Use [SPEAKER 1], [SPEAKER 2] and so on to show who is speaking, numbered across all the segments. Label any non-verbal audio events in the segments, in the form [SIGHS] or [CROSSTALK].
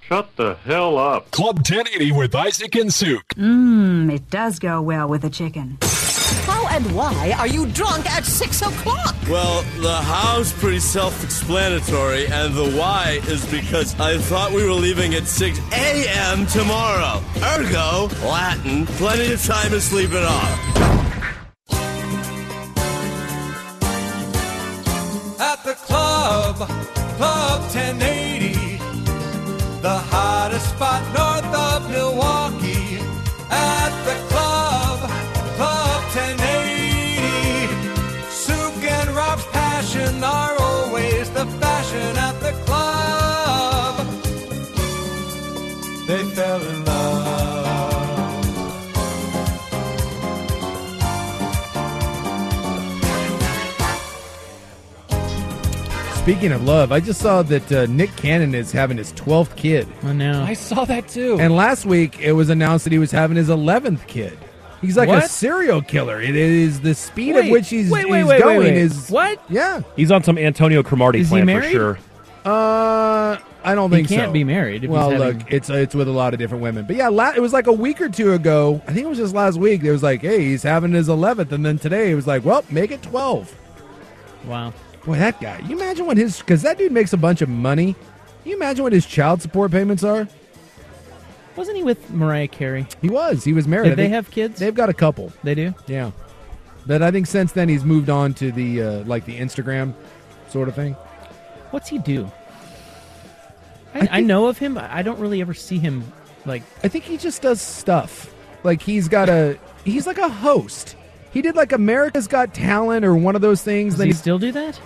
[SPEAKER 1] Shut the hell up.
[SPEAKER 2] Club 1080 with Isaac and Suk.
[SPEAKER 3] Mmm, it does go well with a chicken.
[SPEAKER 4] How and why are you drunk at six o'clock?
[SPEAKER 5] Well, the how's pretty self-explanatory, and the why is because I thought we were leaving at 6 a.m. tomorrow. Ergo, Latin, plenty of time to sleep it off.
[SPEAKER 6] at the club, Club 1080, the hottest spot north of Milwaukee. At the club, Club 1080, Souk and Rob's passion are always the fashion at the club. They fell in love.
[SPEAKER 7] Speaking of love, I just saw that uh, Nick Cannon is having his 12th kid.
[SPEAKER 8] I know.
[SPEAKER 9] I saw that too.
[SPEAKER 7] And last week it was announced that he was having his 11th kid. He's like a
[SPEAKER 9] What?
[SPEAKER 7] serial killer. It is the speed at
[SPEAKER 9] Wait,
[SPEAKER 7] which he's,
[SPEAKER 9] wait, wait,
[SPEAKER 7] he's
[SPEAKER 9] wait, wait,
[SPEAKER 7] going
[SPEAKER 9] wait.
[SPEAKER 7] is
[SPEAKER 8] What?
[SPEAKER 7] Yeah.
[SPEAKER 8] He's on some Antonio Cromartie
[SPEAKER 9] Is he
[SPEAKER 8] plan
[SPEAKER 9] married?
[SPEAKER 8] for sure.
[SPEAKER 7] Uh I don't think
[SPEAKER 9] can't
[SPEAKER 7] so.
[SPEAKER 9] be married if he's
[SPEAKER 7] well,
[SPEAKER 9] having-
[SPEAKER 7] look, it's it's with a lot of different women, but yeah, la- it was like a week or two ago. I think it was just last week. It was like, hey, he's having his eleventh, and then today it was like, well, make it twelve.
[SPEAKER 9] Wow.
[SPEAKER 7] Boy, that guy. You imagine what his because that dude makes a bunch of money. Can you imagine what his child support payments are?
[SPEAKER 9] Wasn't he with Mariah Carey?
[SPEAKER 7] He was. He was married.
[SPEAKER 9] Did
[SPEAKER 7] I
[SPEAKER 9] they
[SPEAKER 7] think-
[SPEAKER 9] have kids?
[SPEAKER 7] They've got a couple.
[SPEAKER 9] They do.
[SPEAKER 7] Yeah, but I think since then he's moved on to the uh, like the Instagram sort of thing.
[SPEAKER 9] What's he do? I, I,
[SPEAKER 7] think-
[SPEAKER 9] know of him, but I don't really ever see him. Like,
[SPEAKER 7] I think he just does stuff. Like he's got a he's like a host. He did like America's Got Talent or one of those things.
[SPEAKER 9] does
[SPEAKER 7] then
[SPEAKER 9] he
[SPEAKER 7] he's-
[SPEAKER 9] still do that?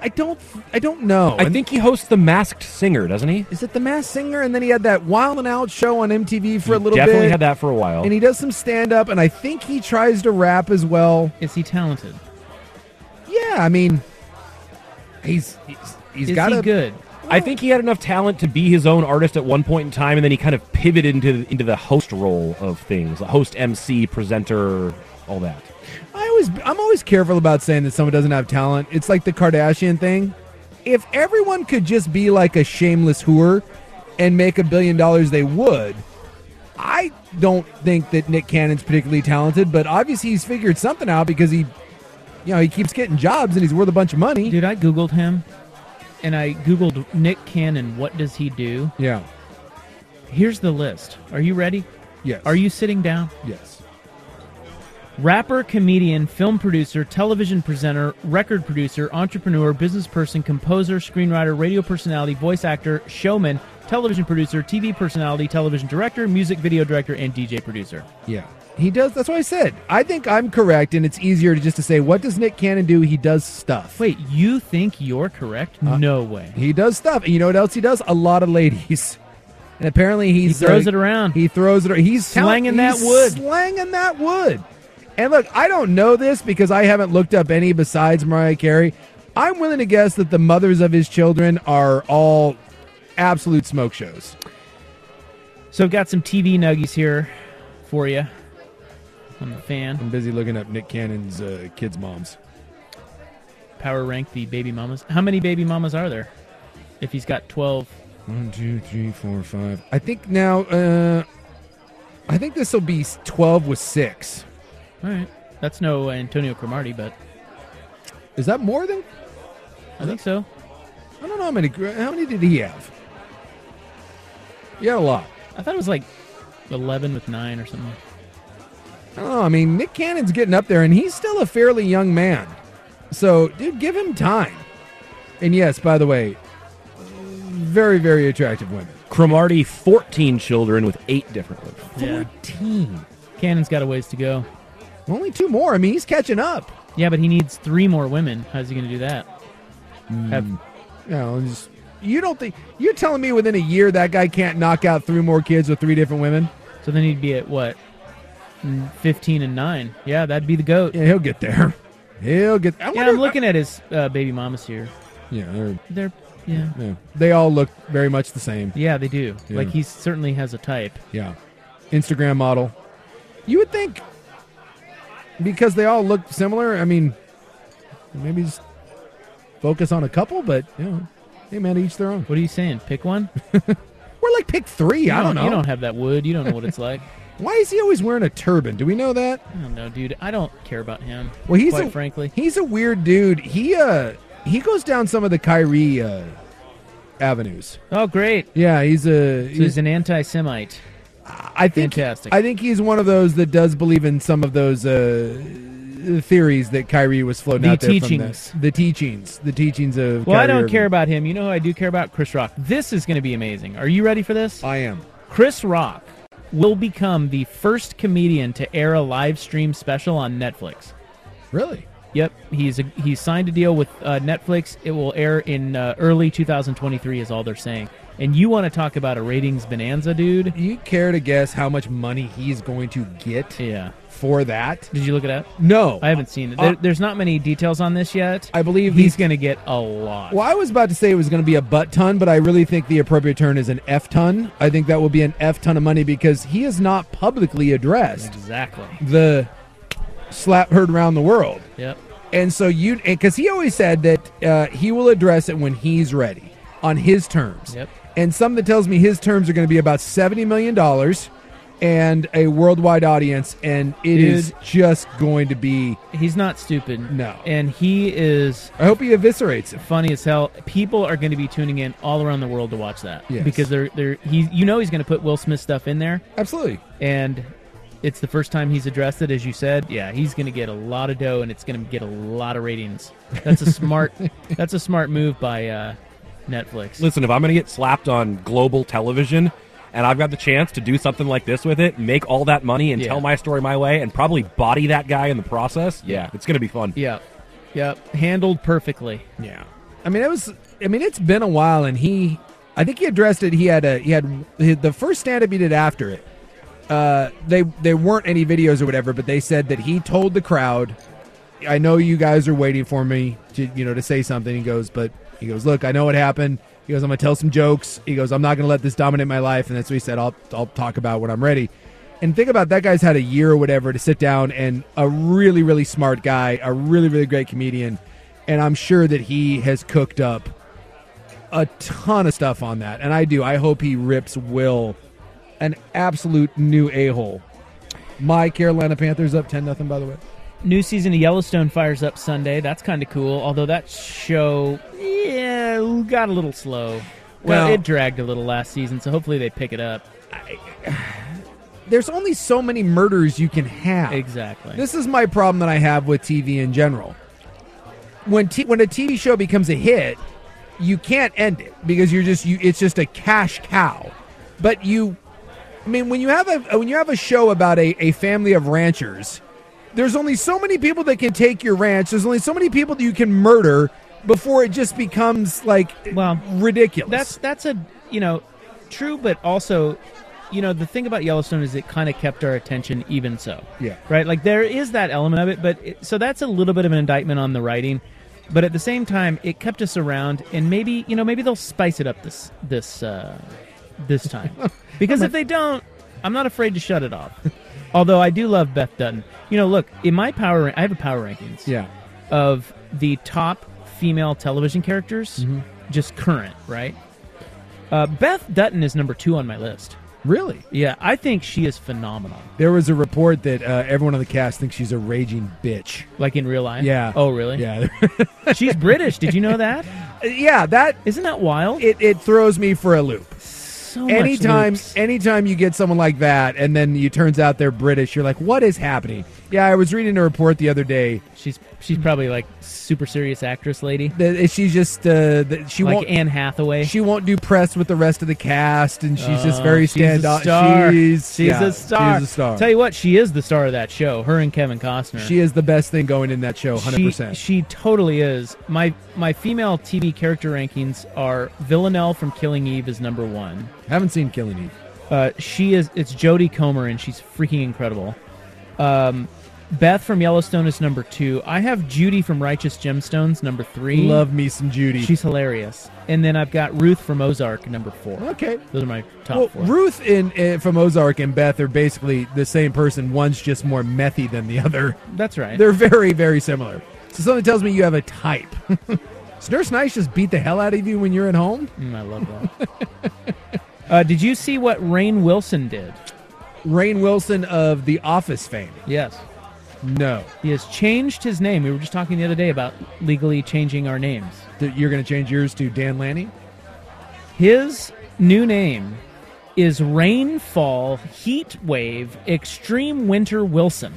[SPEAKER 7] I don't I don't know.
[SPEAKER 8] I
[SPEAKER 7] And-
[SPEAKER 8] think he hosts The Masked Singer, doesn't he?
[SPEAKER 7] is it The Masked Singer? And then he had that Wild and Out show on MTV for a little
[SPEAKER 8] Definitely
[SPEAKER 7] bit.
[SPEAKER 8] had that for a while.
[SPEAKER 7] and he does some stand up, and I think he tries to rap as well.
[SPEAKER 9] Is he talented?
[SPEAKER 7] Yeah, I mean, he's he's, he's
[SPEAKER 9] Is
[SPEAKER 7] got
[SPEAKER 9] he
[SPEAKER 7] a
[SPEAKER 9] good?
[SPEAKER 8] I think he had enough talent to be his own artist at one point in time, and then he kind of pivoted into into the host role of things, host, MC, presenter, all that.
[SPEAKER 7] I always I'm always careful about saying that someone doesn't have talent. It's like the Kardashian thing. If everyone could just be like a shameless whore and make a billion dollars, they would. I don't think that Nick Cannon's particularly talented, but obviously he's figured something out because he, you know, he keeps getting jobs and he's worth a bunch of money.
[SPEAKER 9] Dude, I Googled him, and I Googled Nick Cannon. What does he do?
[SPEAKER 7] Yeah.
[SPEAKER 9] Here's the list. Are you ready?
[SPEAKER 7] Yes.
[SPEAKER 9] Are you sitting down?
[SPEAKER 7] Yes.
[SPEAKER 9] Rapper, comedian, film producer, television presenter, record producer, entrepreneur, business person, composer, screenwriter, radio personality, voice actor, showman, television producer, TV personality, television director, music video director, and DJ producer.
[SPEAKER 7] Yeah. He does. That's what I said. I think I'm correct, and it's easier to just to say, what does Nick Cannon do? He does stuff. Uh,
[SPEAKER 9] Wait, you think you're correct? no way.
[SPEAKER 7] He does stuff. And you know what else he does? A lot of ladies. [LAUGHS] And apparently he's
[SPEAKER 9] He throws it around.
[SPEAKER 7] He throws it. ar- He's talent-
[SPEAKER 9] Slanging that
[SPEAKER 7] he's
[SPEAKER 9] wood.
[SPEAKER 7] Slanging that wood. And look, I don't know this because I haven't looked up any besides Mariah Carey. I'm willing to guess that the mothers of his children are all absolute smoke shows.
[SPEAKER 9] So I've got some TV nuggies here for you. I'm a fan.
[SPEAKER 7] I'm busy looking up Nick Cannon's uh, kids' moms.
[SPEAKER 9] Power rank the baby mamas. How many baby mamas are there? If he's got 12.
[SPEAKER 7] One, two, three, four, five. I think now. Uh,
[SPEAKER 5] I think this will be 12 with 6.
[SPEAKER 7] All right. That's no Antonio Cromartie, but.
[SPEAKER 5] Is that more than?
[SPEAKER 7] I think so.
[SPEAKER 5] I don't know how many. gr- How many did he have? Yeah, a lot.
[SPEAKER 7] I thought it was like 11 with 9 or something.
[SPEAKER 5] I don't know. Oh, I mean, Nick Cannon's getting up there, and he's still a fairly young man. So, dude, give him time. And yes, by the way, very, very attractive women.
[SPEAKER 8] Cromartie, 14 children with eight different women.
[SPEAKER 5] 14.
[SPEAKER 7] Cannon's got a ways to go.
[SPEAKER 5] Only two more. I mean, he's catching up.
[SPEAKER 7] Yeah, but he needs three more women. How's he going to do that? Have-
[SPEAKER 5] You, know, Hmm. just- you don't think you're telling me within a year that guy can't knock out three more kids with three different women?
[SPEAKER 7] So then he'd be at what? Mm, 15 and 9. Yeah, that'd be the GOAT.
[SPEAKER 5] Yeah, he'll get there. He'll get. I
[SPEAKER 7] yeah, I'm looking at his uh, baby mamas here.
[SPEAKER 5] Yeah, they're,
[SPEAKER 7] They're, yeah.
[SPEAKER 5] yeah, they all look very much the same.
[SPEAKER 7] Yeah, they do.
[SPEAKER 5] Yeah.
[SPEAKER 7] Like, he certainly has a type.
[SPEAKER 5] Yeah. Instagram model. You would think because they all look similar, I mean, maybe just focus on a couple, but, you know, hey, man, each their own.
[SPEAKER 7] What are you saying? Pick one?
[SPEAKER 5] [LAUGHS] We're like pick three.
[SPEAKER 7] You
[SPEAKER 5] I don't know.
[SPEAKER 7] You don't have that wood. You don't know what it's like.
[SPEAKER 5] [LAUGHS] Why is he always wearing a turban? Do we know that?
[SPEAKER 7] I don't know, dude. I don't care about him.
[SPEAKER 5] Well, he's
[SPEAKER 7] quite
[SPEAKER 5] a,
[SPEAKER 7] frankly.
[SPEAKER 5] he's a weird dude. He uh he goes down some of the Kyrie uh, avenues.
[SPEAKER 7] Oh, great.
[SPEAKER 5] Yeah, he's a
[SPEAKER 7] So he's an anti-Semite.
[SPEAKER 5] I think
[SPEAKER 7] Fantastic.
[SPEAKER 5] I think he's one of those that does believe in some of those uh, theories that Kyrie was floating
[SPEAKER 7] The
[SPEAKER 5] out there. from
[SPEAKER 7] teachings.
[SPEAKER 5] the, the teachings, the teachings of.
[SPEAKER 7] Well, I
[SPEAKER 5] Kyrie
[SPEAKER 7] don't
[SPEAKER 5] Irving.
[SPEAKER 7] care about him. You know who I do care about? Chris Rock. This is going to be amazing. Are you ready for this?
[SPEAKER 5] I am.
[SPEAKER 7] Chris Rock will become the first comedian to air a live stream special on Netflix.
[SPEAKER 5] Really?
[SPEAKER 7] Yep, he's a, he signed a deal with uh, Netflix. It will air in uh, early 2023, is all they're saying. And you want to talk about a ratings bonanza, dude?
[SPEAKER 5] You care to guess how much money he's going to get
[SPEAKER 7] Yeah.
[SPEAKER 5] for that?
[SPEAKER 7] Did you look it up?
[SPEAKER 5] No,
[SPEAKER 7] I haven't seen it.
[SPEAKER 5] Uh,
[SPEAKER 7] There, there's not many details on this yet.
[SPEAKER 5] I believe
[SPEAKER 7] he's
[SPEAKER 5] he's.
[SPEAKER 7] going to get a lot.
[SPEAKER 5] Well, I was about to say it was going to be a butt ton, but I really think the appropriate turn is an F ton. I think that will be an F ton of money because he is not publicly addressed
[SPEAKER 7] Exactly.
[SPEAKER 5] the slap heard around the world.
[SPEAKER 7] Yep.
[SPEAKER 5] And so you, because he always said that uh, he will address it when he's ready on his terms.
[SPEAKER 7] Yep.
[SPEAKER 5] And something tells me his terms are going to be about $70 million and a worldwide audience. And it is
[SPEAKER 7] Dude.
[SPEAKER 5] just going to be,
[SPEAKER 7] He's not stupid.
[SPEAKER 5] No.
[SPEAKER 7] And he is
[SPEAKER 5] I hope he eviscerates it.
[SPEAKER 7] funny as hell. People are going to be tuning in all around the world to watch that
[SPEAKER 5] Yes.
[SPEAKER 7] because they're they're he you know he's going to put Will Smith stuff in there
[SPEAKER 5] Absolutely.
[SPEAKER 7] and it's the first time he's addressed it as you said. Yeah, he's going to get a lot of dough and it's going to get a lot of ratings. That's a smart that's a smart move by uh, Netflix.
[SPEAKER 8] Listen, if I'm going to get slapped on global television and I've got the chance to do something like this with it, make all that money and
[SPEAKER 7] Yeah.
[SPEAKER 8] tell my story my way and probably body that guy in the process, yeah, it's going to be fun.
[SPEAKER 7] Yep. Yep. Handled perfectly.
[SPEAKER 5] Yeah. I mean, it was, I mean, it's been a while and he, I think he addressed it. He had a, he had he- the first stand up he did after it. Uh, they, they weren't any videos or whatever, but they said that he told the crowd, I know you guys are waiting for me to, you know, to say something. He goes, but he goes, look, I know what happened. He goes, I'm gonna tell some jokes. He goes, I'm not gonna let this dominate my life. And that's what he said. I'll, I'll talk about when I'm ready. And think about that guy's had a year or whatever to sit down and a really, really smart guy, a really, really great comedian. And I'm sure that he has cooked up a ton of stuff on that. And I do. I hope he rips Will an absolute new a hole. My Carolina Panthers up 10 nothing. by the way.
[SPEAKER 7] New season of Yellowstone fires up Sunday. That's kind of cool. Although that show, yeah, got a little slow.
[SPEAKER 5] Well-
[SPEAKER 7] Well, it dragged a little last season, so hopefully they pick it up.
[SPEAKER 5] [SIGHS] there's only so many murders you can have.
[SPEAKER 7] Exactly.
[SPEAKER 5] This is my problem that I have with TV in general. When t- when a TV show becomes a hit, you can't end it because you're just you. It's just a cash cow. But you, I mean, when you have a when you have a show about a, a family of ranchers, there's only so many people that can take your ranch. There's only so many people that you can murder before it just becomes like
[SPEAKER 7] Well,
[SPEAKER 5] ridiculous.
[SPEAKER 7] that's that's a you know true, but also you know the thing about Yellowstone is it kind of kept our attention even so.
[SPEAKER 5] Yeah.
[SPEAKER 7] Right. Like there is that element of it, but it, so that's a little bit of an indictment on the writing. But at the same time, it kept us around, and maybe you know maybe they'll spice it up this this uh, this time because if they don't, I'm not afraid to shut it off.
[SPEAKER 5] [LAUGHS]
[SPEAKER 7] Although I do love Beth Dutton. You know, look in my power, ra- I have a power rankings
[SPEAKER 5] yeah.
[SPEAKER 7] of the top female television
[SPEAKER 5] Mm-hmm.
[SPEAKER 7] characters, just current, right? Uh, Beth Dutton is number two on my list.
[SPEAKER 5] Really?
[SPEAKER 7] Yeah, I think she is phenomenal.
[SPEAKER 5] There was a report that uh, everyone on the cast thinks she's a raging bitch.
[SPEAKER 7] Like in real life?
[SPEAKER 5] Yeah.
[SPEAKER 7] Oh, really?
[SPEAKER 5] Yeah.
[SPEAKER 7] [LAUGHS] She's British. Did you know that?
[SPEAKER 5] [LAUGHS] yeah, that
[SPEAKER 7] isn't that wild.
[SPEAKER 5] It it throws me for a loop.
[SPEAKER 7] So much
[SPEAKER 5] anytime,
[SPEAKER 7] loops.
[SPEAKER 5] anytime you get someone like that, and then you turns out they're British, you're like, what is happening? Yeah, I was reading a report the other day.
[SPEAKER 7] She's she's probably like super serious actress lady.
[SPEAKER 5] That she's just uh, that she
[SPEAKER 7] like
[SPEAKER 5] won't
[SPEAKER 7] Anne Hathaway.
[SPEAKER 5] she won't do press with the rest of the cast, and she's just
[SPEAKER 7] Oh,
[SPEAKER 5] very
[SPEAKER 7] she's a
[SPEAKER 5] standoff.
[SPEAKER 7] star.
[SPEAKER 5] She's,
[SPEAKER 7] She's
[SPEAKER 5] yeah,
[SPEAKER 7] a star.
[SPEAKER 5] She's a star.
[SPEAKER 7] Tell you what, she is the star of that show. Her and Kevin Costner.
[SPEAKER 5] she is the best thing going in that show, hundred
[SPEAKER 7] She-
[SPEAKER 5] percent.
[SPEAKER 7] She totally is. My my female TV character rankings are Villanelle from Killing Eve is number one.
[SPEAKER 5] Haven't seen Killing Eve.
[SPEAKER 7] Uh, she is. It's Jodie Comer, and she's freaking incredible. Um, Beth from Yellowstone is number two. I have Judy from Righteous Gemstones number three.
[SPEAKER 5] Love me some Judy.
[SPEAKER 7] She's hilarious. And then I've got Ruth from Ozark number four.
[SPEAKER 5] okay.
[SPEAKER 7] Those are my top
[SPEAKER 5] well,
[SPEAKER 7] four.
[SPEAKER 5] Ruth and uh, from Ozark and Beth are basically the same person. One's just more methy than the other.
[SPEAKER 7] That's right.
[SPEAKER 5] They're very, very similar. So something tells me you have a type. [LAUGHS] Does Nurse Nice just beat the hell out of you when you're at home?
[SPEAKER 7] Mm, I love that. [LAUGHS] uh, did you see what Rain Wilson did?
[SPEAKER 5] Rain Wilson of The Office fame.
[SPEAKER 7] Yes.
[SPEAKER 5] No.
[SPEAKER 7] He has changed his name. We were just talking the other day about legally changing our names.
[SPEAKER 5] Th- You're going to change yours to Dan Lanning?
[SPEAKER 7] His new name is Rainfall Heat Wave Extreme Winter Wilson.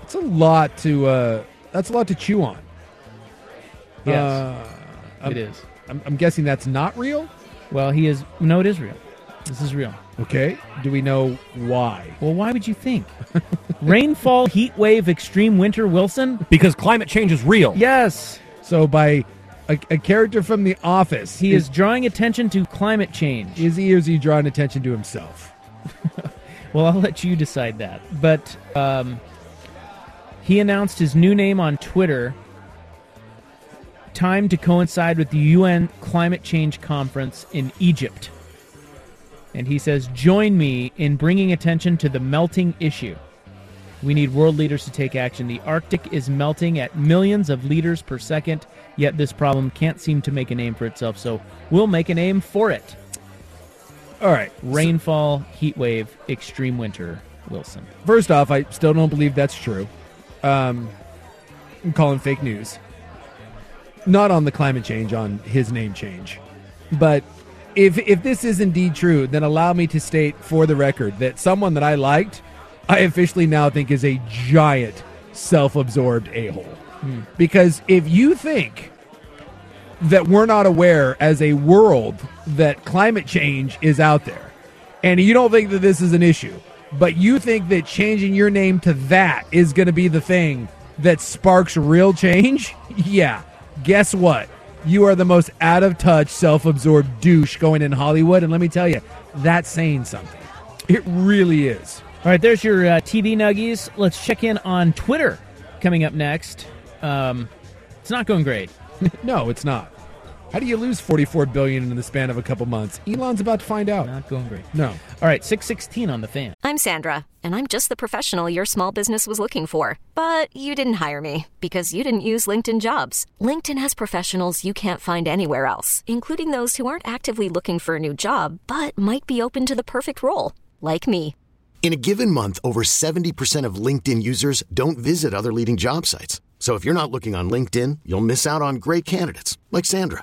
[SPEAKER 5] That's a lot to, uh, that's a lot to chew on.
[SPEAKER 7] Yes,
[SPEAKER 5] Uh, I'm-
[SPEAKER 7] it is.
[SPEAKER 5] I'm, I'm guessing that's not real?
[SPEAKER 7] Well, he is. No, it is real. This is real.
[SPEAKER 5] Okay. Do we know why?
[SPEAKER 7] Well, why would you think? [LAUGHS] Rainfall Heat Wave Extreme Winter Wilson?
[SPEAKER 8] Because climate change is real.
[SPEAKER 7] Yes.
[SPEAKER 5] So by a, a character from The Office,
[SPEAKER 7] He is drawing attention to climate change.
[SPEAKER 5] is he or is he drawing attention to himself?
[SPEAKER 7] [LAUGHS] Well, I'll let you decide that. But um, he announced his new name on Twitter, timed to coincide with the UN Climate Change Conference in Egypt. And he says, Join me in bringing attention to the melting issue. We need world leaders to take action. The Arctic is melting at millions of liters per second, yet this problem can't seem to make a name for itself. So we'll make a name for it.
[SPEAKER 5] All right.
[SPEAKER 7] Rainfall, heat wave, extreme winter, Wilson.
[SPEAKER 5] First off, I still don't believe that's true. Um, I'm calling fake news. Not on the climate change, on his name change. But if if this is indeed true, then allow me to state for the record that someone that I liked, I officially now think is a giant self-absorbed a-hole. Because if you think that we're not aware as a world that climate change is out there. And you don't think that this is an issue, but you think that changing your name to that is going to be the thing that sparks real change? [LAUGHS] Yeah. Guess what? You are the most out of touch, self absorbed douche going in Hollywood. And let me tell you, that's saying something. It really is.
[SPEAKER 7] All right, there's your uh, TV nuggies. Let's check in on Twitter coming up next. Um, it's not going great.
[SPEAKER 5] No, it's not. How do you lose 44 billion in the span of a couple months? Elon's about to find out.
[SPEAKER 7] Not going great.
[SPEAKER 5] No.
[SPEAKER 7] All right, 616 on the fan.
[SPEAKER 9] I'm Sandra, and I'm just the professional your small business was looking for. But you didn't hire me because you didn't use LinkedIn jobs. LinkedIn has professionals you can't find anywhere else, including those who aren't actively looking for a new job but might be open to the perfect role, like me.
[SPEAKER 10] In a given month, over 70% of LinkedIn users don't visit other leading job sites. So if you're not looking on LinkedIn, you'll miss out on great candidates like Sandra.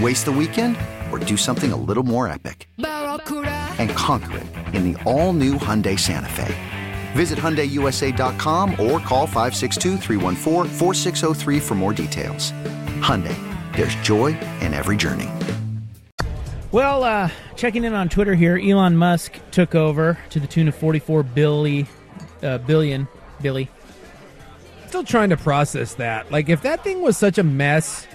[SPEAKER 11] Waste the weekend or do something a little more epic? And conquer it in the all new Hyundai Santa Fe. Visit HyundaiUSA.com or call 562 314 4603 for more details. Hyundai, there's joy in every journey.
[SPEAKER 7] Well, uh, checking in on Twitter here, Elon Musk took over to the tune of 44 billy, uh, billion, Billy.
[SPEAKER 5] Still trying to process that. Like, if that thing was such a mess,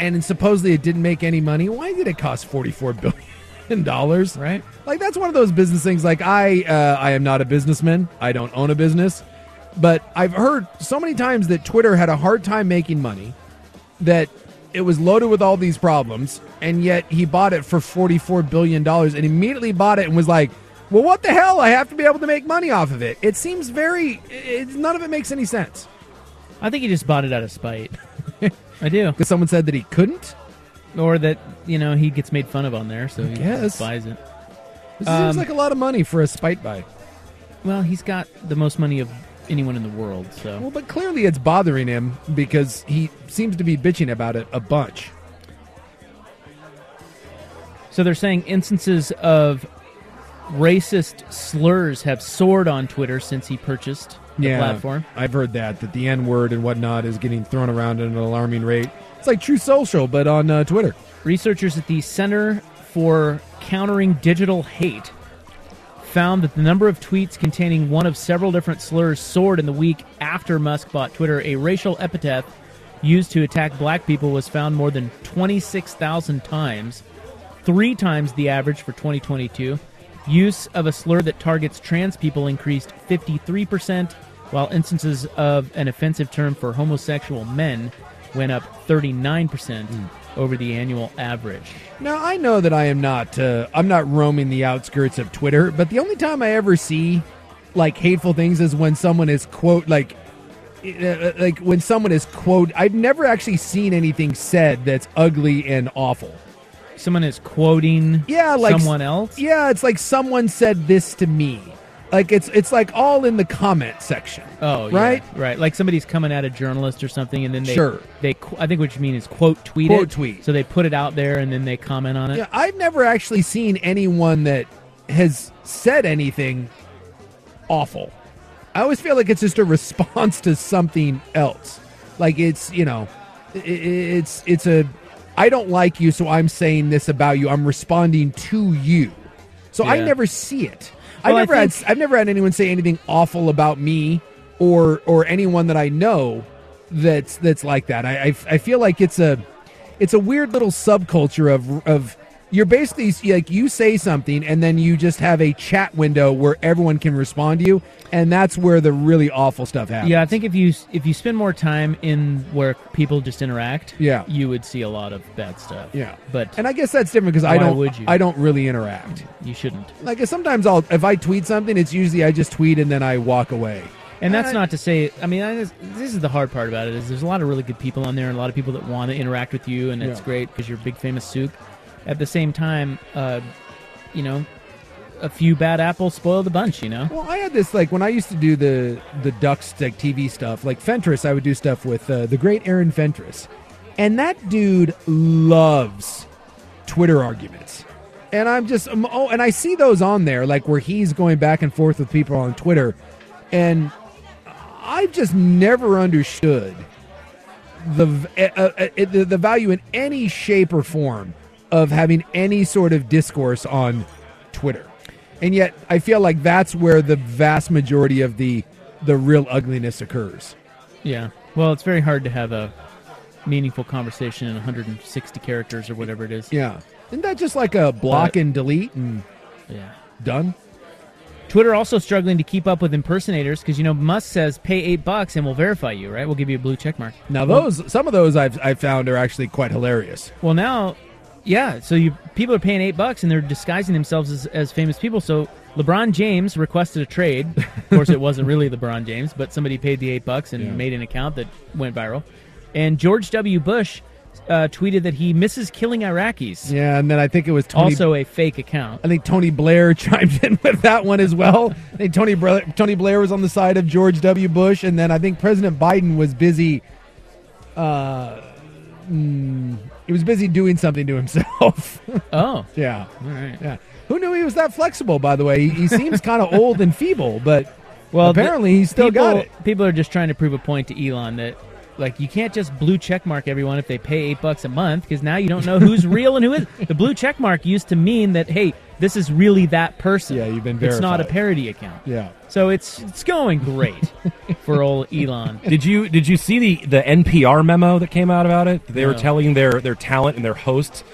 [SPEAKER 5] and supposedly it didn't make any money, why did it cost 44 [LAUGHS] billion dollars?
[SPEAKER 7] Right.
[SPEAKER 5] Like, that's one of those business things. Like, I, uh, I am not a businessman. I don't own a business, but I've heard so many times that Twitter had a hard time making money. That it was loaded with all these problems, and yet he bought it for forty-four billion dollars, and immediately bought it and was like, "Well, what the hell? I have to be able to make money off of it." It seems very. It, it- none of it makes any sense.
[SPEAKER 7] I think he just bought it out of spite. [LAUGHS] I do.
[SPEAKER 5] Because someone said that he couldn't,
[SPEAKER 7] or that you know he gets made fun of on there, so he
[SPEAKER 5] guess.
[SPEAKER 7] buys it.
[SPEAKER 5] This
[SPEAKER 7] Um,
[SPEAKER 5] seems like a lot of money for a spite buy.
[SPEAKER 7] Well, he's got the most money of anyone in the world, so
[SPEAKER 5] Well, but clearly it's bothering him because he seems to be bitching about it a bunch.
[SPEAKER 7] So they're saying instances of racist slurs have soared on Twitter since he purchased the platform.
[SPEAKER 5] I've heard that that the N word and whatnot is getting thrown around at an alarming rate. It's like True Social, but on uh, Twitter.
[SPEAKER 7] Researchers at the Center for Countering Digital Hate found that the number of tweets containing one of several different slurs soared in the week after Musk bought Twitter. A racial epithet used to attack black people was found more than 26,000 times, three times the average for 2022. Use of a slur that targets trans people increased 53%, while instances of an offensive term for homosexual men went up 39%
[SPEAKER 5] Hmm.
[SPEAKER 7] over the annual average.
[SPEAKER 5] Now I know that I am not uh, I'm not roaming the outskirts of Twitter, but the only time I ever see like hateful things is when someone is quote like uh, like when someone is quote I've never actually seen anything said that's ugly and awful.
[SPEAKER 7] Someone is quoting
[SPEAKER 5] yeah, like
[SPEAKER 7] someone else.
[SPEAKER 5] Yeah, it's like someone said this to me. Like it's it's like all in the comment section.
[SPEAKER 7] Oh, yeah,
[SPEAKER 5] Right?
[SPEAKER 7] right. Like somebody's coming at a journalist or something, and then they
[SPEAKER 5] Sure.
[SPEAKER 7] they qu- I think what you mean is quote tweet
[SPEAKER 5] Quote
[SPEAKER 7] it.
[SPEAKER 5] tweet.
[SPEAKER 7] So they put it out there, and then they comment on it.
[SPEAKER 5] Yeah, I've never actually seen anyone that has said anything awful. I always feel like it's just a response to something else. Like it's you know, i- i- it's it's a I don't like you, so I'm saying this about you. I'm responding to you. So I
[SPEAKER 7] Yeah.
[SPEAKER 5] never see it.
[SPEAKER 7] Well, I
[SPEAKER 5] I never had I've never had anyone say anything awful about me or or anyone that I know that's that's like that. I I, I feel like it's a it's a weird little subculture of of you're basically like you say something and then you just have a chat window where everyone can respond to you and that's where the really awful stuff happens.
[SPEAKER 7] Yeah, I think if you if you spend more time in where people just interact,
[SPEAKER 5] Yeah.
[SPEAKER 7] you would see a lot of bad stuff.
[SPEAKER 5] Yeah.
[SPEAKER 7] but
[SPEAKER 5] And I guess that's different because I
[SPEAKER 7] Why
[SPEAKER 5] don't
[SPEAKER 7] would you?
[SPEAKER 5] I don't really interact.
[SPEAKER 7] you shouldn't.
[SPEAKER 5] Like sometimes I'll if I tweet something it's usually I just tweet and then I walk away.
[SPEAKER 7] And that's
[SPEAKER 5] I-
[SPEAKER 7] not to say. I mean, I just, this is the hard part about it is there's a lot of really good people on there, and a lot of people that want to interact with you, and it's
[SPEAKER 5] Yeah.
[SPEAKER 7] great because you're a big famous souk. At the same time, uh, you know, a few bad apples spoil the bunch. You know.
[SPEAKER 5] Well, I had this like when I used to do the the Ducks like TV stuff, like Fentress. I would do stuff with uh, the great Aaron Fentress, and that dude loves Twitter arguments. And I'm just um, oh, and I see those on there like where he's going back and forth with people on Twitter, and I've just never understood the v- uh, uh, uh, the, the value in any shape or form of having any sort of discourse on Twitter. And yet I feel like that's where the vast majority of the the real ugliness occurs.
[SPEAKER 7] Yeah. Well, it's very hard to have a meaningful conversation in 160 characters or whatever it is.
[SPEAKER 5] Yeah. Isn't that just like a block and delete and
[SPEAKER 7] Yeah.
[SPEAKER 5] done?
[SPEAKER 7] Twitter also struggling to keep up with impersonators because you know Musk says pay eight bucks and we'll verify you, right? We'll give you a blue check mark.
[SPEAKER 5] Now those some of those I've I've found are actually quite hilarious.
[SPEAKER 7] Well, now, yeah. So you people are paying eight bucks and they're disguising themselves as, as famous people. So LeBron James requested a trade. Of course, it wasn't really LeBron James, but somebody paid the eight bucks and
[SPEAKER 12] Yeah.
[SPEAKER 7] made an account that went viral. And George W. Bush uh, tweeted that he misses killing Iraqis.
[SPEAKER 1] Yeah, and then I think it was Tony,
[SPEAKER 7] Also a fake account.
[SPEAKER 1] I think Tony Blair [LAUGHS] chimed in with that one as well. I think Tony Bra- Tony Blair was on the side of George W. Bush, and then I think President Biden was busy. Uh, mm, he was busy doing something to himself. [LAUGHS]
[SPEAKER 7] oh,
[SPEAKER 1] yeah,
[SPEAKER 7] all right.
[SPEAKER 1] yeah. Who knew he was that flexible? By the way, he, he seems kind of old and feeble, but well,
[SPEAKER 7] the-
[SPEAKER 1] apparently he's still
[SPEAKER 7] people,
[SPEAKER 1] got it.
[SPEAKER 7] People are just trying to prove a point to Elon that, like, you can't just blue check mark everyone if they pay eight bucks a month because now you don't know who's real and who is. The blue check mark used to mean that hey, this is really that person. Yeah, you've been It's not a
[SPEAKER 12] verified.
[SPEAKER 7] parody account.
[SPEAKER 1] Yeah.
[SPEAKER 7] So it's it's going great for old Elon.
[SPEAKER 12] Did you did you see the the NPR memo that came out about it? They were
[SPEAKER 7] No.
[SPEAKER 12] telling their their talent and their hosts,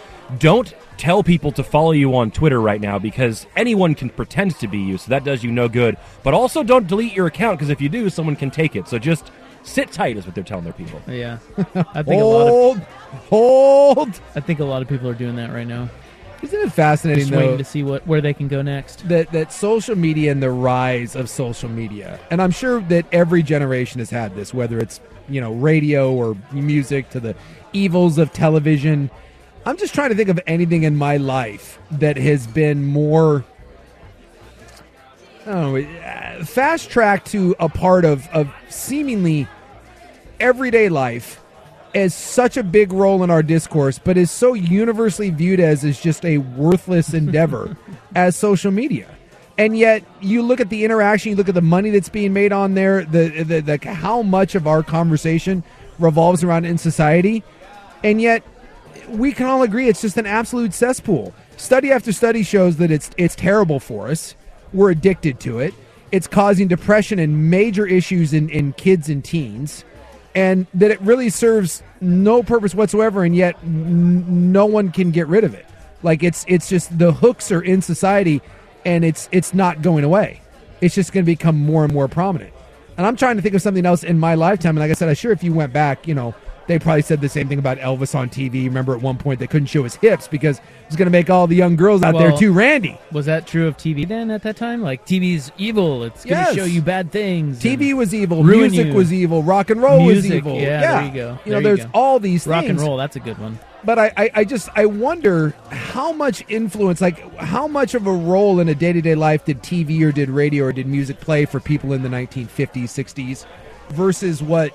[SPEAKER 12] don't tell people to follow you on Twitter right now because anyone can pretend to be you, so that does you no good. But also don't delete your account because if you do, someone can take it. So just sit tight is what they're telling their people.
[SPEAKER 7] Yeah, I think a lot
[SPEAKER 1] of hold.
[SPEAKER 7] I think a lot of people are doing that right now.
[SPEAKER 1] Isn't it fascinating?
[SPEAKER 7] Just
[SPEAKER 1] though,
[SPEAKER 7] waiting to see what where they can go next.
[SPEAKER 1] that that social media and the rise of social media and i'm sure that every generation has had this whether it's you know radio or music to the evils of television i'm just trying to think of anything in my life that has been more oh fast track to a part of of seemingly everyday life as such a big role in our discourse, but is so universally viewed as is just a worthless endeavor as social media. And yet, you look at the interaction, you look at the money that's being made on there, the, the, the how much of our conversation revolves around in society, and yet we can all agree it's just an absolute cesspool. Study after study shows that it's it's terrible for us. We're addicted to it. It's causing depression and major issues in, in kids and teens, and that it really serves no purpose whatsoever. And yet, n- no one can get rid of it. Like it's it's just the hooks are in society, and it's it's not going away. It's just going to become more and more prominent. And I'm trying to think of something else in my lifetime. And like I said, I sure if you went back, you know, they probably said the same thing about Elvis on TV. Remember at one point they couldn't show his hips because it was going to make all the young girls out there
[SPEAKER 7] Well,
[SPEAKER 1] too randy.
[SPEAKER 7] Was that true of TV then at that time? Like TV's evil. It's going
[SPEAKER 1] Yes.
[SPEAKER 7] to show you bad things.
[SPEAKER 1] TV was evil,
[SPEAKER 7] ruin
[SPEAKER 1] music
[SPEAKER 7] you.
[SPEAKER 1] was evil, rock and roll was
[SPEAKER 7] Music,
[SPEAKER 1] evil.
[SPEAKER 7] yeah, there you go.
[SPEAKER 1] know,
[SPEAKER 7] There you
[SPEAKER 1] there's
[SPEAKER 7] go.
[SPEAKER 1] all these
[SPEAKER 7] Rock and
[SPEAKER 1] things.
[SPEAKER 7] roll, that's a good one.
[SPEAKER 1] But I, I, I just I wonder how much influence, like how much of a role in a day to day life did TV or did radio or did music play for people in the 1950s, 60s, versus what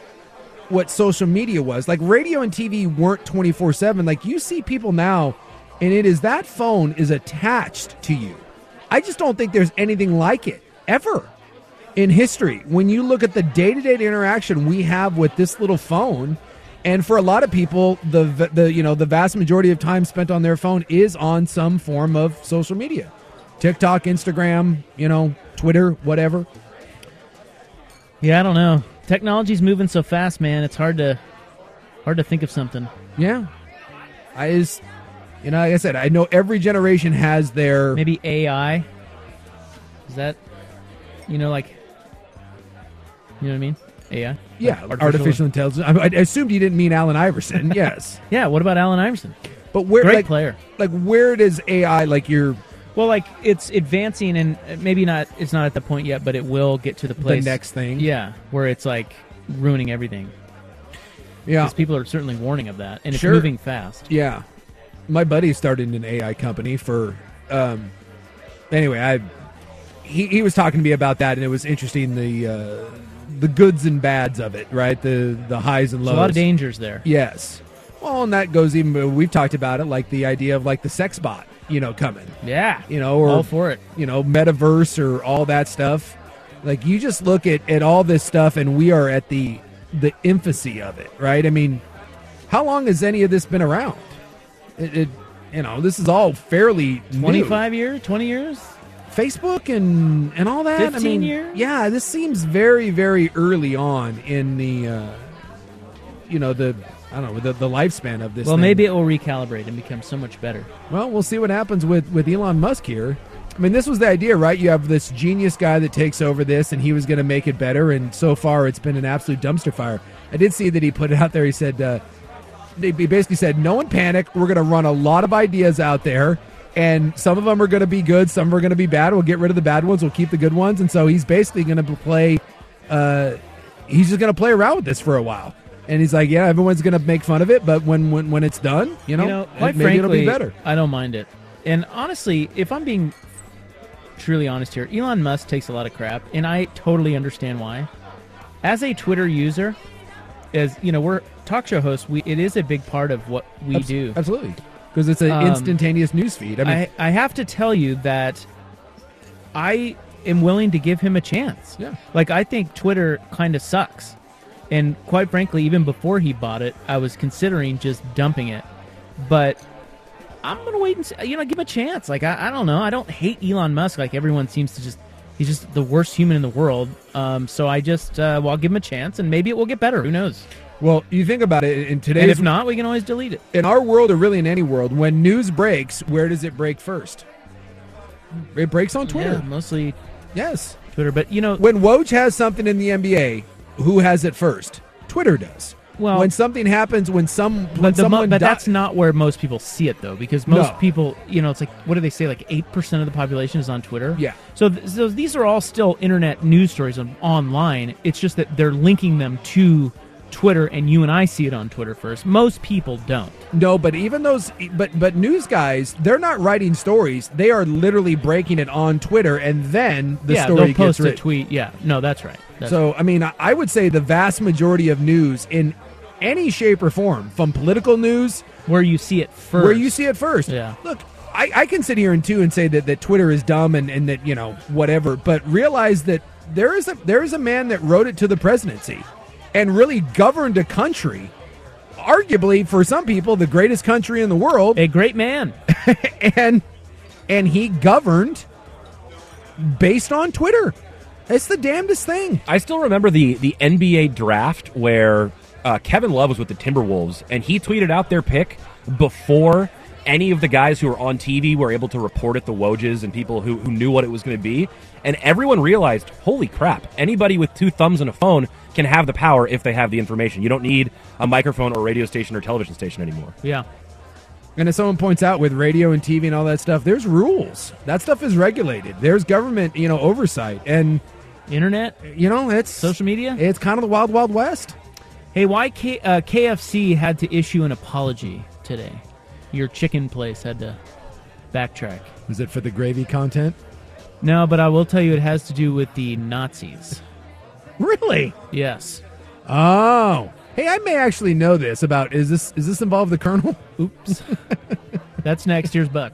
[SPEAKER 1] what social media was. Like radio and TV weren't 24 seven. Like you see people now, and it is that phone is attached to you. I just don't think there's anything like it ever in history. When you look at the day to day interaction we have with this little phone, and for a lot of people, the v- the you know the vast majority of time spent on their phone is on some form of social media, TikTok, Instagram, you know, Twitter, whatever.
[SPEAKER 7] Yeah, I don't know. Technology's moving so fast, man. It's hard to hard to think of something.
[SPEAKER 1] Yeah, I just you know, like I said, I know every generation has their
[SPEAKER 7] Maybe AI. Is that you know like you know what I mean? AI.
[SPEAKER 1] yeah
[SPEAKER 7] Like
[SPEAKER 1] artificial, intelligence. I, I assumed you didn't mean Alan
[SPEAKER 7] [LAUGHS]
[SPEAKER 1] Iverson. yes,
[SPEAKER 7] Yeah, what about Alan Iverson?
[SPEAKER 1] but where
[SPEAKER 7] Great
[SPEAKER 1] like,
[SPEAKER 7] player.
[SPEAKER 1] Like where does AI like your
[SPEAKER 7] Well, like it's advancing, and uh, maybe not. It's not at the point yet, but it will get to the place.
[SPEAKER 1] next thing.
[SPEAKER 7] yeah, where it's like ruining everything.
[SPEAKER 1] yeah
[SPEAKER 7] because people are certainly warning of that, and it's
[SPEAKER 1] Sure.
[SPEAKER 7] moving fast.
[SPEAKER 1] Yeah. My buddy started an AI company for um anyway, I he, he was talking to me about that and it was interesting the uh the goods and bads of it, right? The the highs and
[SPEAKER 7] There's
[SPEAKER 1] lows.
[SPEAKER 7] a lot of dangers there.
[SPEAKER 1] Yes. Well, and that goes even we've talked about it like the idea of like the sex bot, you know, coming.
[SPEAKER 7] Yeah,
[SPEAKER 1] You know, or
[SPEAKER 7] all for it.
[SPEAKER 1] you know, metaverse or all that stuff. Like you just look at, at all this stuff and we are at the the infancy of it, right? I mean, how long has any of this been around? It, it you know, this is all fairly new.
[SPEAKER 7] Twenty-five years, twenty years.
[SPEAKER 1] Facebook and and all that. I
[SPEAKER 7] 15
[SPEAKER 1] mean,
[SPEAKER 7] years?
[SPEAKER 1] yeah, this seems very very early on in the uh, you know the I don't know the, the lifespan of this.
[SPEAKER 7] Well,
[SPEAKER 1] thing.
[SPEAKER 7] maybe it will recalibrate and become so much better.
[SPEAKER 1] Well, we'll see what happens with with Elon Musk here. I mean, this was the idea, right? You have this genius guy that takes over this, and he was going to make it better. And so far, it's been an absolute dumpster fire. I did see that he put it out there. He said, uh, they- he basically said, "No one panic. We're going to run a lot of ideas out there, and some of them are going to be good, some are going to be bad. We'll get rid of the bad ones, we'll keep the good ones, and so he's basically going to play. Uh, he's just going to play around with this for a while, and he's like, yeah, everyone's going to make fun of it, but when when when it's done, you know,
[SPEAKER 7] quite
[SPEAKER 1] maybe
[SPEAKER 7] frankly,
[SPEAKER 1] it'll be better.
[SPEAKER 7] I don't mind it. And honestly, if I'm being truly honest here, Elon Musk takes a lot of crap, and I totally understand why. As a Twitter user, as you know, we're talk show hosts. We it is a big part of what we
[SPEAKER 1] Abs-
[SPEAKER 7] do.
[SPEAKER 1] absolutely because it's an
[SPEAKER 7] Um,
[SPEAKER 1] instantaneous news feed. I mean,
[SPEAKER 7] I, I have to tell you that I am willing to give him a chance.
[SPEAKER 1] Yeah.
[SPEAKER 7] Like I think Twitter kind of sucks. And quite frankly, even before he bought it, I was considering just dumping it. But I'm gonna wait and see, you know give him a chance. Like I, I don't know. I don't hate Elon Musk. Like everyone seems to just he's just the worst human in the world. Um, so I just uh, well I'll give him a chance and maybe it will get better. Who knows?
[SPEAKER 1] Well, you think about it in today's
[SPEAKER 7] And if not, we can always delete it.
[SPEAKER 1] in our world or really in any world, when news breaks, where does it break first? It breaks on Twitter.
[SPEAKER 7] Yeah, mostly.
[SPEAKER 1] Yes.
[SPEAKER 7] Twitter, but you know
[SPEAKER 1] when Woj has something in the NBA, who has it first? Twitter does.
[SPEAKER 7] Well-
[SPEAKER 1] when something happens, when some when
[SPEAKER 7] But, the mo-
[SPEAKER 1] someone
[SPEAKER 7] but
[SPEAKER 1] di-
[SPEAKER 7] that's not where most people see it though, because most
[SPEAKER 1] No.
[SPEAKER 7] people, you know, it's like what do they say? Like eight percent of the population is on Twitter.
[SPEAKER 1] Yeah.
[SPEAKER 7] So, th- so these are all still internet news stories on- online. It's just that they're linking them to Twitter, and you and I see it on Twitter first. Most people don't.
[SPEAKER 1] no, but even those e, but but news guys, they're not writing stories. They are literally breaking it on Twitter, and then the
[SPEAKER 7] yeah,
[SPEAKER 1] story
[SPEAKER 7] they'll post
[SPEAKER 1] gets written.
[SPEAKER 7] a tweet. Yeah. No, that's right. That's
[SPEAKER 1] so, I mean, I- I would say the vast majority of news in any shape or form, from political news,
[SPEAKER 7] where you see it first,
[SPEAKER 1] where you see it first.
[SPEAKER 7] Yeah.
[SPEAKER 1] Look, I, I can sit here and too and say that, that Twitter is dumb and, and that you know whatever, but realize that there is a there is a man that wrote it to the presidency, and really governed a country, arguably for some people the greatest country in the world.
[SPEAKER 7] A great man,
[SPEAKER 1] [LAUGHS] and and he governed based on Twitter. It's the damnedest thing.
[SPEAKER 5] I still remember the the NBA draft where uh, Kevin Love was with the Timberwolves, and he tweeted out their pick before any of the guys who were on TV were able to report it. The Woj's and people who who knew what it was going to be, and everyone realized, holy crap! Anybody with two thumbs and a phone can have the power if they have the information. You don't need a microphone or radio station or television station anymore.
[SPEAKER 7] Yeah.
[SPEAKER 1] And as someone points out with radio and TV and all that stuff, there's rules. That stuff is regulated. There's government, you know, oversight and
[SPEAKER 7] internet.
[SPEAKER 1] You know, it's social
[SPEAKER 7] media.
[SPEAKER 1] It's kind of the wild, wild west.
[SPEAKER 7] Hey, why K- uh, KFC had to issue an apology today? Your chicken place had to backtrack.
[SPEAKER 1] Is it for the gravy content?
[SPEAKER 7] No, but I will tell you it has to do with the Nazis.
[SPEAKER 1] Really?
[SPEAKER 7] Yes.
[SPEAKER 1] Oh, hey, I may actually know this about. Is this is this involved the colonel?
[SPEAKER 7] Oops. That's next. Here's Buck.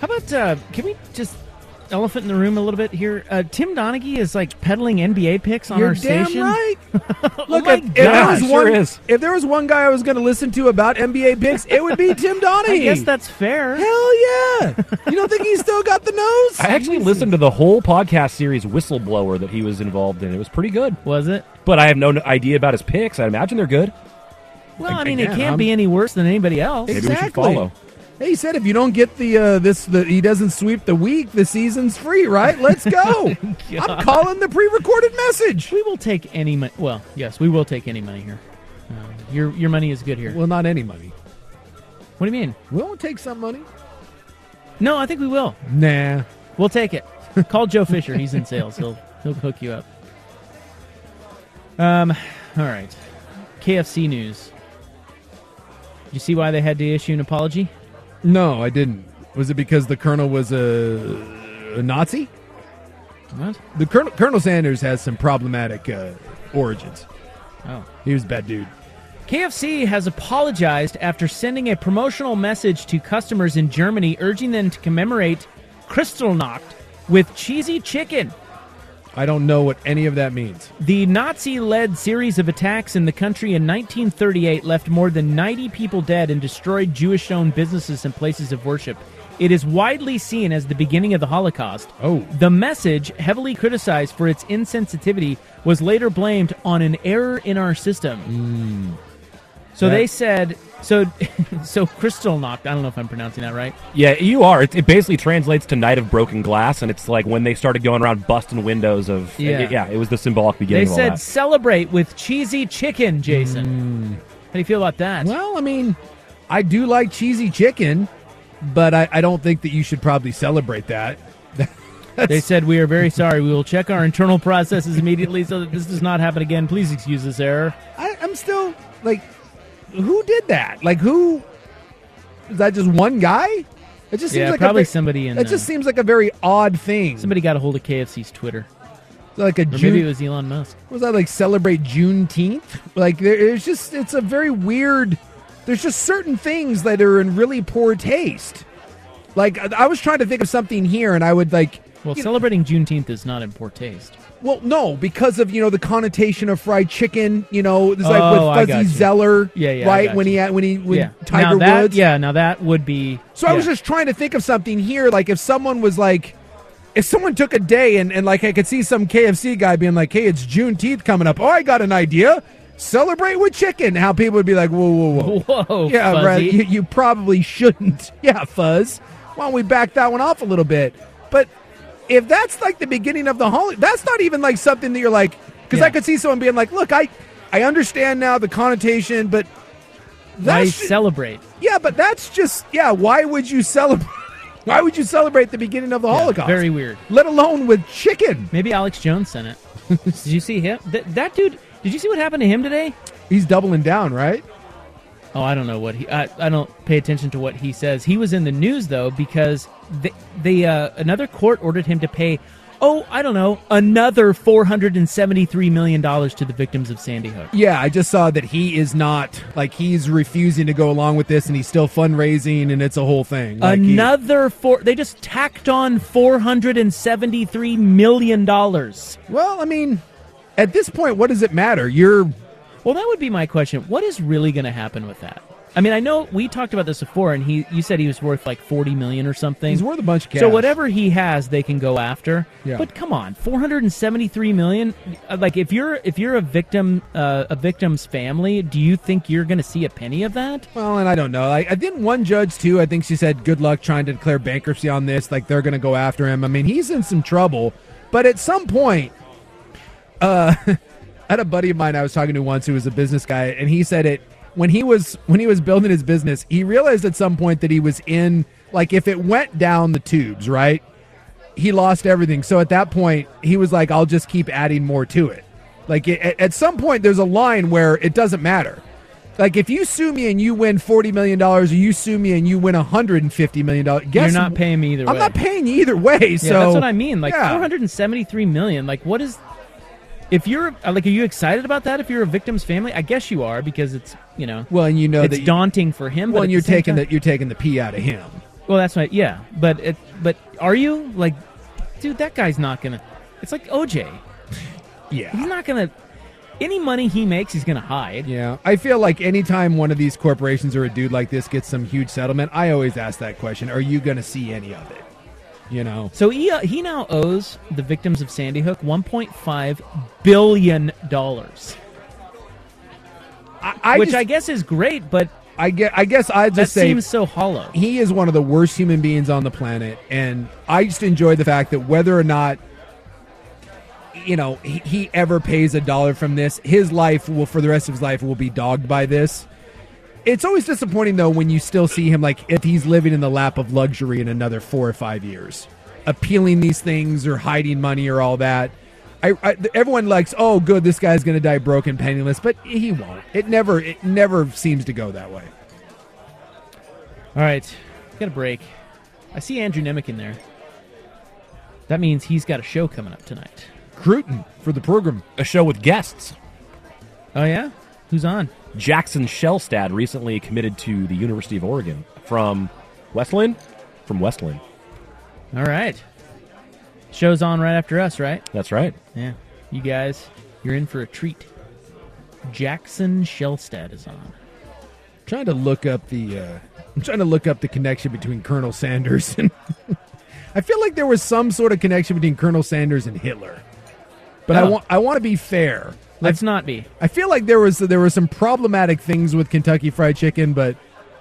[SPEAKER 7] How about, uh, can we just elephant in the room a little bit here? Uh, Tim Donaghy is like peddling NBA picks on
[SPEAKER 1] You're
[SPEAKER 7] our
[SPEAKER 1] damn
[SPEAKER 7] station. [LAUGHS] Oh
[SPEAKER 1] right.
[SPEAKER 7] Look,
[SPEAKER 1] if, if there was
[SPEAKER 7] sure
[SPEAKER 1] one,
[SPEAKER 7] is.
[SPEAKER 1] if there was one guy I was going to listen to about NBA picks, it would be Tim Donaghy.
[SPEAKER 7] I guess that's fair.
[SPEAKER 1] Hell yeah! you don't think he's still got the nose?
[SPEAKER 5] I actually listened to the whole podcast series Whistleblower that he was involved in. It was pretty good.
[SPEAKER 7] Was it?
[SPEAKER 5] But I have no idea about his picks. I imagine they're good.
[SPEAKER 7] Well, I mean,
[SPEAKER 5] Again,
[SPEAKER 7] it can't
[SPEAKER 5] I'm-
[SPEAKER 7] be any worse than anybody else.
[SPEAKER 5] Maybe we should follow.
[SPEAKER 1] He said if you don't get the uh, this the he doesn't sweep the week, the season's free, right? Let's go. I'm calling the pre-recorded message.
[SPEAKER 7] We will take any money. Well, yes, we will take any money here. Uh, your your money is good here.
[SPEAKER 1] Well, not any money.
[SPEAKER 7] What do you mean?
[SPEAKER 1] We won't take some money.
[SPEAKER 7] No, I think we will.
[SPEAKER 1] Nah.
[SPEAKER 7] We'll take it. Call Joe Fisher. He's in sales. He'll he'll hook you up. Um, all right. KFC news. You see why they had to issue an apology?
[SPEAKER 1] No, I didn't. Was it because the colonel was a, a Nazi?
[SPEAKER 7] What?
[SPEAKER 1] The colonel Colonel Sanders has some problematic uh, origins.
[SPEAKER 7] Oh.
[SPEAKER 1] He was a bad dude.
[SPEAKER 7] KFC has apologized after sending a promotional message to customers in Germany urging them to commemorate Kristallnacht with cheesy chicken.
[SPEAKER 1] I don't know what any of that means.
[SPEAKER 7] The Nazi led series of attacks in the country in 1938 left more than 90 people dead and destroyed Jewish owned businesses and places of worship. It is widely seen as the beginning of the Holocaust.
[SPEAKER 1] Oh.
[SPEAKER 7] The message, heavily criticized for its insensitivity, was later blamed on an error in our system. So
[SPEAKER 5] That-
[SPEAKER 7] they said so [LAUGHS] so Kristallnacht, I don't know if I'm pronouncing that right.
[SPEAKER 5] Yeah, you are. It, it basically translates to Night of Broken Glass, and it's like when they started going around busting windows of.
[SPEAKER 7] Yeah.
[SPEAKER 5] Yeah, it, was the symbolic beginning of
[SPEAKER 7] They
[SPEAKER 5] all
[SPEAKER 7] said
[SPEAKER 5] that.
[SPEAKER 7] celebrate with cheesy chicken, Jason. How do you feel about that?
[SPEAKER 1] Hmm. Well, I mean, I do like cheesy chicken, but I, I don't think that you should probably celebrate that. [LAUGHS]
[SPEAKER 7] They said, We are very sorry. We will check our internal processes immediately so that this does not happen again. Please excuse this error.
[SPEAKER 1] I, I'm still like, who did that? Like, who is that? Just one guy? It just seems
[SPEAKER 7] Yeah,
[SPEAKER 1] like
[SPEAKER 7] probably
[SPEAKER 1] a, ve-
[SPEAKER 7] somebody in,
[SPEAKER 1] That just
[SPEAKER 7] uh,
[SPEAKER 1] seems like a very odd thing.
[SPEAKER 7] Somebody got a hold of KFC's Twitter.
[SPEAKER 1] Like a
[SPEAKER 7] Or
[SPEAKER 1] Jew-
[SPEAKER 7] maybe it was Elon Musk.
[SPEAKER 1] What was that like? Celebrate Juneteenth? Like, there, it's just it's a very weird. There's just certain things that are in really poor taste. Like, I, I was trying to think of something here, and I would like.
[SPEAKER 7] Well,
[SPEAKER 1] you know-
[SPEAKER 7] celebrating Juneteenth is not in poor taste.
[SPEAKER 1] Well, no, because of you know the connotation of fried chicken. You know, it's like
[SPEAKER 7] Oh, I
[SPEAKER 1] with
[SPEAKER 7] got you.
[SPEAKER 1] Fuzzy Zeller,
[SPEAKER 7] Yeah, yeah, I
[SPEAKER 1] right
[SPEAKER 7] got
[SPEAKER 1] when he
[SPEAKER 7] you.
[SPEAKER 1] had when he when
[SPEAKER 7] yeah.
[SPEAKER 1] Tiger
[SPEAKER 7] now that,
[SPEAKER 1] Woods.
[SPEAKER 7] Yeah, now that would be.
[SPEAKER 1] So I was
[SPEAKER 7] yeah.
[SPEAKER 1] just [LAUGHS] trying to think of something here. Like if someone was like, if someone took a day and, and like I could see some KFC guy being like, hey, it's Juneteenth coming up. Oh, I got an idea. Celebrate with chicken. How people would be like, whoa, whoa, whoa.
[SPEAKER 7] Whoa,
[SPEAKER 1] Yeah,
[SPEAKER 7] Fuzzy.
[SPEAKER 1] right. You, you probably shouldn't. [LAUGHS] Yeah, fuzz. Why don't we back that one off a little bit? But if that's like the beginning of the holiday, that's not even like something that you're like, because I could see someone being like, look, I, I understand now the connotation, but
[SPEAKER 7] Why
[SPEAKER 1] that's ju-
[SPEAKER 7] celebrate?
[SPEAKER 1] yeah, but that's just yeah. Why would you celebrate? [LAUGHS] Why would you celebrate the beginning of the Holocaust?
[SPEAKER 7] Very weird.
[SPEAKER 1] Let alone with chicken.
[SPEAKER 7] Maybe Alex
[SPEAKER 1] [LAUGHS]
[SPEAKER 7] Jones sent it. did you see him? Th- that dude. Did you see what happened to him today?
[SPEAKER 1] He's doubling down, right?
[SPEAKER 7] Oh, I don't know what he. I, I don't pay attention to what he says. He was in the news though because they, they uh, another court ordered him to pay. Oh, I don't know, another four hundred and seventy-three million dollars to the victims of Sandy Hook.
[SPEAKER 1] Yeah, I just saw that he is not like he's refusing to go along with this, and he's still fundraising, and it's a whole thing. Like, he-
[SPEAKER 7] Another four. They just tacked on four hundred and seventy-three million dollars.
[SPEAKER 1] well, I mean, at this point, what does it matter? You're
[SPEAKER 7] Well, that would be my question. What is really going to happen with that? I mean, I know we talked about this before, and he you said he was worth like forty million or something.
[SPEAKER 1] He's worth a bunch of
[SPEAKER 7] So
[SPEAKER 1] cash.
[SPEAKER 7] whatever he has, they can go after.
[SPEAKER 1] Yeah.
[SPEAKER 7] But come on, four hundred and seventy three million. Uh, Like if you're if you're a victim uh, a victim's family, do you think you're going to see a penny of that?
[SPEAKER 1] well, and I don't know. Like, I didn't one judge too. I think she said good luck trying to declare bankruptcy on this. Like they're going to go after him. I mean, he's in some trouble, but at some point, uh, I had a buddy of mine I was talking to once who was a business guy, and he said it when he was when he was building his business. He realized at some point that he was in like if it went down the tubes, right? He lost everything. So at that point, he was like, "I'll just keep adding more to it." Like it, at- at some point, there's a line where it doesn't matter. Like if you sue me and you win forty million dollars, or you sue me and you win hundred and fifty million dollars,
[SPEAKER 7] You're not paying me either
[SPEAKER 1] I'm
[SPEAKER 7] way.
[SPEAKER 1] not paying you either way. so
[SPEAKER 7] yeah, that's what I mean. Like
[SPEAKER 1] Yeah.
[SPEAKER 7] four hundred and seventy three million. Like what is? If you're uh, like, are you excited about that? If you're a victim's family, I guess you are because it's you know.
[SPEAKER 1] Well, and you know
[SPEAKER 7] it's
[SPEAKER 1] that you-
[SPEAKER 7] daunting for him.
[SPEAKER 1] Well,
[SPEAKER 7] but at
[SPEAKER 1] and you're
[SPEAKER 7] the same
[SPEAKER 1] taking
[SPEAKER 7] time-
[SPEAKER 1] the you're taking the pee out of him.
[SPEAKER 7] Well, that's right. Yeah, but it, but are you like, dude? That guy's not gonna. It's like OJ.
[SPEAKER 1] Yeah,
[SPEAKER 7] he's not gonna. Any money he makes, he's gonna hide.
[SPEAKER 1] Yeah, I feel like anytime one of these corporations or a dude like this gets some huge settlement, I always ask that question: Are you going to see any of it? You know,
[SPEAKER 7] So he uh, he now owes the victims of Sandy Hook 1.5 billion dollars,
[SPEAKER 1] I, I
[SPEAKER 7] which
[SPEAKER 1] just-
[SPEAKER 7] I guess is great. But I get. I guess I just
[SPEAKER 13] That
[SPEAKER 7] say
[SPEAKER 13] seems so hollow.
[SPEAKER 7] He is one of the worst human beings on the planet, and I just enjoy the fact that whether or not you know he, he ever pays a dollar from this, his life will for the rest of his life will be dogged by this. It's always disappointing though when you still see him like if he's living in the lap of luxury in another four or five years, appealing these things or hiding money or all that. I, I everyone likes oh good this guy's gonna die broke and penniless, but he won't. It never it never seems to go that way.
[SPEAKER 13] All right, got a break. I see Andrew Nemec in there. That means he's got a show coming up tonight.
[SPEAKER 7] Cruton for the program.
[SPEAKER 5] A show with guests.
[SPEAKER 13] Oh yeah, who's on?
[SPEAKER 5] Jackson Shellstad recently committed to the University of Oregon from Westland. From Westland.
[SPEAKER 13] All right. Show's on right after us, right?
[SPEAKER 5] That's right.
[SPEAKER 13] Yeah. You guys, you're in for a treat. Jackson Shellstad is on.
[SPEAKER 7] trying to look up the uh, I'm trying to look up the connection between Colonel Sanders and [LAUGHS] I feel like there was some sort of connection between Colonel Sanders and Hitler. But I
[SPEAKER 13] Oh.
[SPEAKER 7] want I want to be fair.
[SPEAKER 13] Let's not be.
[SPEAKER 7] I feel like there was there were some problematic things with Kentucky Fried Chicken, but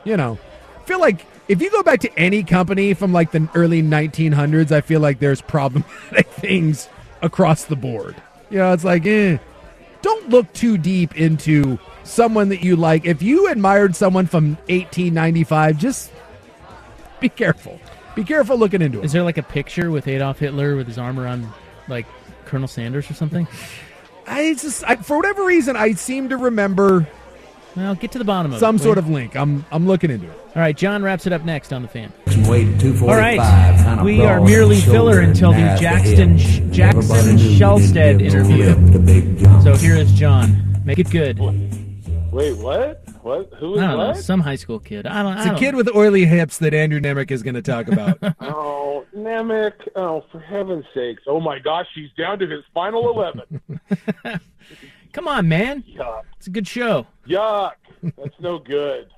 [SPEAKER 7] you know, I feel like if you go back to any company from like the early 1900s, I feel like there's problematic things across the board. You know, it's like, eh, don't look too deep into someone that you like. If you admired someone from 1895, just be careful. Be careful looking into it.
[SPEAKER 13] Is there like a picture with Adolf Hitler with his arm around like Colonel Sanders or something?
[SPEAKER 7] I just, I, for whatever reason, I seem to remember.
[SPEAKER 13] Well, get to the bottom of it,
[SPEAKER 7] some
[SPEAKER 13] will
[SPEAKER 7] sort
[SPEAKER 13] you?
[SPEAKER 7] of link. I'm, I'm looking into it.
[SPEAKER 13] All right, John wraps it up next on the fan.
[SPEAKER 14] All right,
[SPEAKER 13] All right, we are merely filler until the Jackson Sh- Jackson Shellstead interview. So here is John. Make it good.
[SPEAKER 1] Wait, what? What?
[SPEAKER 13] I
[SPEAKER 1] Who
[SPEAKER 13] don't
[SPEAKER 1] is
[SPEAKER 13] know,
[SPEAKER 1] what?
[SPEAKER 13] some high school kid. I don't. I
[SPEAKER 7] It's a
[SPEAKER 13] don't
[SPEAKER 7] kid
[SPEAKER 13] know.
[SPEAKER 7] with oily hips that Andrew Nemec is going to talk about.
[SPEAKER 1] Oh, Namek. Oh, for heaven's sakes. Oh, my gosh. He's down to his final 11.
[SPEAKER 13] Come on, man.
[SPEAKER 1] [LAUGHS] Yuck.
[SPEAKER 13] It's a good show.
[SPEAKER 1] Yuck. That's no good.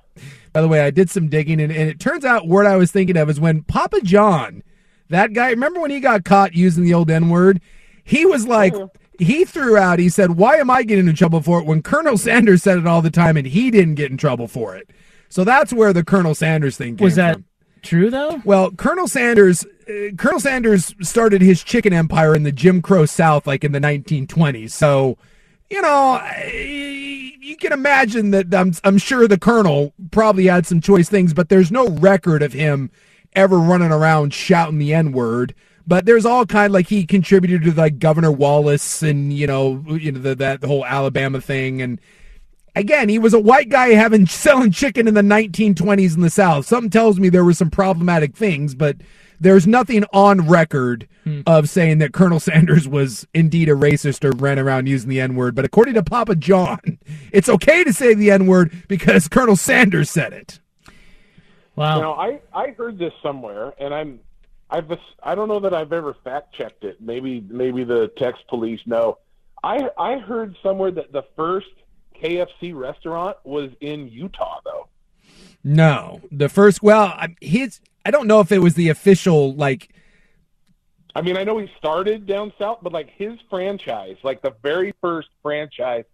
[SPEAKER 7] By the way, I did some digging, and, and it turns out word I was thinking of is when Papa John, that guy, remember when he got caught using the old N word? He was like, he threw out, he said, Why am I getting in trouble for it when Colonel Sanders said it all the time and he didn't get in trouble for it? So that's where the Colonel Sanders thing came
[SPEAKER 13] Was that
[SPEAKER 7] from.
[SPEAKER 13] true though?
[SPEAKER 7] Well, Colonel Sanders, uh, Colonel Sanders started his chicken empire in the Jim Crow South, like in the 1920s. So, you know, I- you can imagine that I'm, I'm sure the Colonel probably had some choice things, but there's no record of him ever running around shouting the N word. But there's all kind like he contributed to like Governor Wallace and you know you know the, that whole Alabama thing and again, he was a white guy having selling chicken in the 1920s in the South. Something tells me there were some problematic things, but there's nothing on record of saying that Colonel Sanders was indeed a racist or ran around using the N word. But according to Papa John, [LAUGHS] it's okay to say the N word because Colonel Sanders said it.
[SPEAKER 13] Wow.
[SPEAKER 1] Now, I, I heard this somewhere, and I'm. I've I don't know that I've ever fact checked it. Maybe maybe the text police know. I I heard somewhere that the first KFC restaurant was in Utah though.
[SPEAKER 7] No, the first well, I- his I don't know if it was the official like
[SPEAKER 1] I mean, I know he started down south, but like his franchise, like the very first franchise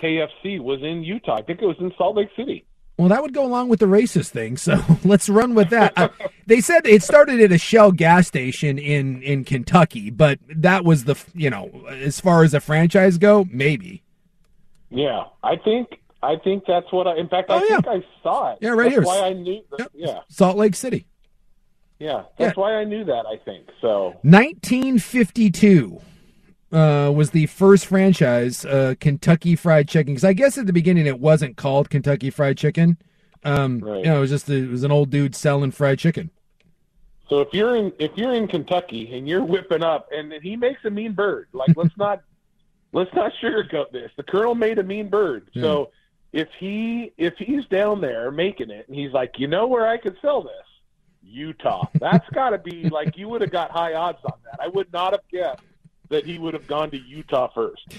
[SPEAKER 1] KFC was in Utah. I think it was in Salt Lake City.
[SPEAKER 7] Well, that would go along with the racist thing, so [LAUGHS] let's run with that. I, they said it started at a Shell gas station in in Kentucky, but that was the f- you know as far as a franchise go, maybe.
[SPEAKER 1] Yeah, I think I think that's what I. In fact, I think I saw it.
[SPEAKER 7] Oh, Yeah, right
[SPEAKER 1] that's
[SPEAKER 7] here.
[SPEAKER 1] Why I knew. That, Yeah,
[SPEAKER 7] Salt Lake City,
[SPEAKER 1] yeah, that's why I knew that. I think so.
[SPEAKER 7] 1952 uh, was the first franchise uh, Kentucky Fried Chicken. Because I guess at the beginning it wasn't called Kentucky Fried Chicken. Um, You know, it was just it was an old dude selling fried chicken.
[SPEAKER 1] So if you're in if you're in Kentucky and you're whipping up, and he makes a mean bird, like let's not let's not sugarcoat this. The colonel made a mean bird. So if he if he's down there making it, and he's like, you know where I could sell this, Utah. That's got to be like you would have got high odds on that. I would not have guessed that he would have gone to Utah first. [LAUGHS]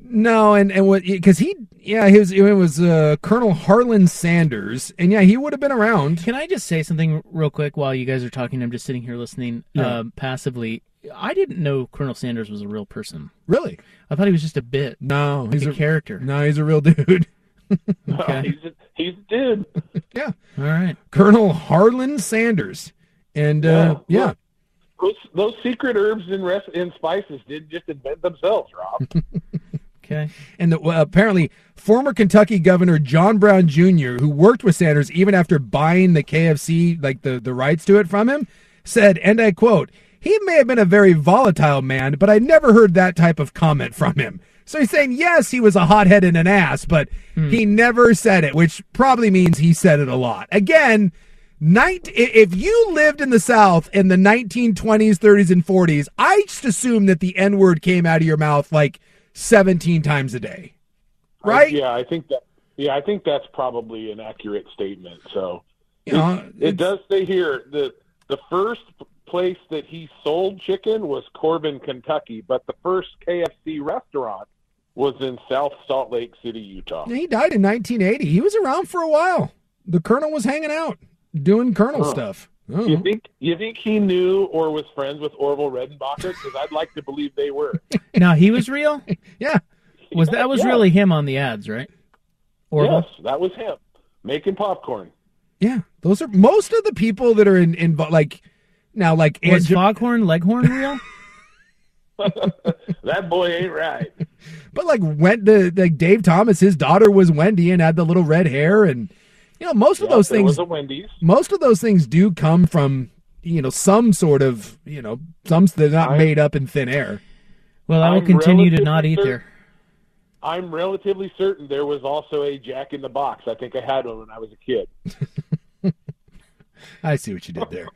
[SPEAKER 7] No, and and what because he yeah he was it was uh, Colonel Harlan Sanders, and yeah he would have been around.
[SPEAKER 13] Can I just say something real quick while you guys are talking? I'm just sitting here listening
[SPEAKER 7] Yeah.
[SPEAKER 13] um, passively. I didn't know Colonel Sanders was a real person.
[SPEAKER 7] Really?
[SPEAKER 13] I thought he was just a bit.
[SPEAKER 7] No, he's
[SPEAKER 13] a,
[SPEAKER 7] a-
[SPEAKER 13] character.
[SPEAKER 7] No, he's a real [LAUGHS] dude.
[SPEAKER 1] No, he's a, he's a dude.
[SPEAKER 7] yeah.
[SPEAKER 15] All right.
[SPEAKER 7] Colonel Harlan Sanders. And uh, yeah.
[SPEAKER 1] Those, those secret herbs and rest and spices didn't just invent themselves, Rob.
[SPEAKER 15] Okay.
[SPEAKER 7] And the, well, apparently, former Kentucky Governor John Brown Jr., who worked with Sanders even after buying the KFC, like the, the rights to it from him, said, and I quote, he may have been a very volatile man, but I never heard that type of comment from him. So he's saying, yes, he was a hothead and an ass, but he never said it, which probably means he said it a lot. Again, Nine, i- if you lived in the South in the 1920s, 30s, and 40s, I just assume that the N word came out of your mouth like 17 times a day.
[SPEAKER 1] right? yeah, I think that. Yeah, I think that's probably an accurate statement. So,
[SPEAKER 7] You know,
[SPEAKER 1] It does say here the the first place that he sold chicken was Corbin, Kentucky, but the first KFC restaurant was in South Salt Lake City, Utah.
[SPEAKER 15] Mm-hmm.
[SPEAKER 7] he died in 1980. He was around for a while. The colonel was hanging out, doing colonel
[SPEAKER 1] Huh.
[SPEAKER 7] stuff. Oh,
[SPEAKER 1] You think you think he knew or was friends with Orville Redenbacher? Because I'd like to believe they were.
[SPEAKER 15] Now he was real.
[SPEAKER 7] yeah.
[SPEAKER 15] Was that was
[SPEAKER 1] Yeah.
[SPEAKER 15] really him on the ads, right? Orville.
[SPEAKER 1] Yes, that was him making popcorn.
[SPEAKER 7] Yeah, those are most of the people that are in, in like now, like
[SPEAKER 15] Was
[SPEAKER 7] Aunt Jo-
[SPEAKER 15] Foghorn Leghorn real?
[SPEAKER 1] That boy ain't right.
[SPEAKER 7] But like when the like Dave Thomas, his daughter was Wendy and had the little red hair, and you know most of
[SPEAKER 1] Yeah,
[SPEAKER 7] those
[SPEAKER 1] there
[SPEAKER 7] things.
[SPEAKER 1] was a Wendy's.
[SPEAKER 7] Most of those things do come from you know some sort of you know some they're not made up in thin air.
[SPEAKER 15] Well, I will
[SPEAKER 1] I'm
[SPEAKER 15] continue to not
[SPEAKER 1] relatively
[SPEAKER 15] eat
[SPEAKER 1] certain-
[SPEAKER 15] there.
[SPEAKER 1] I'm relatively certain there was also a Jack in the Box. I think I had one when I was a kid.
[SPEAKER 7] I see what you did there.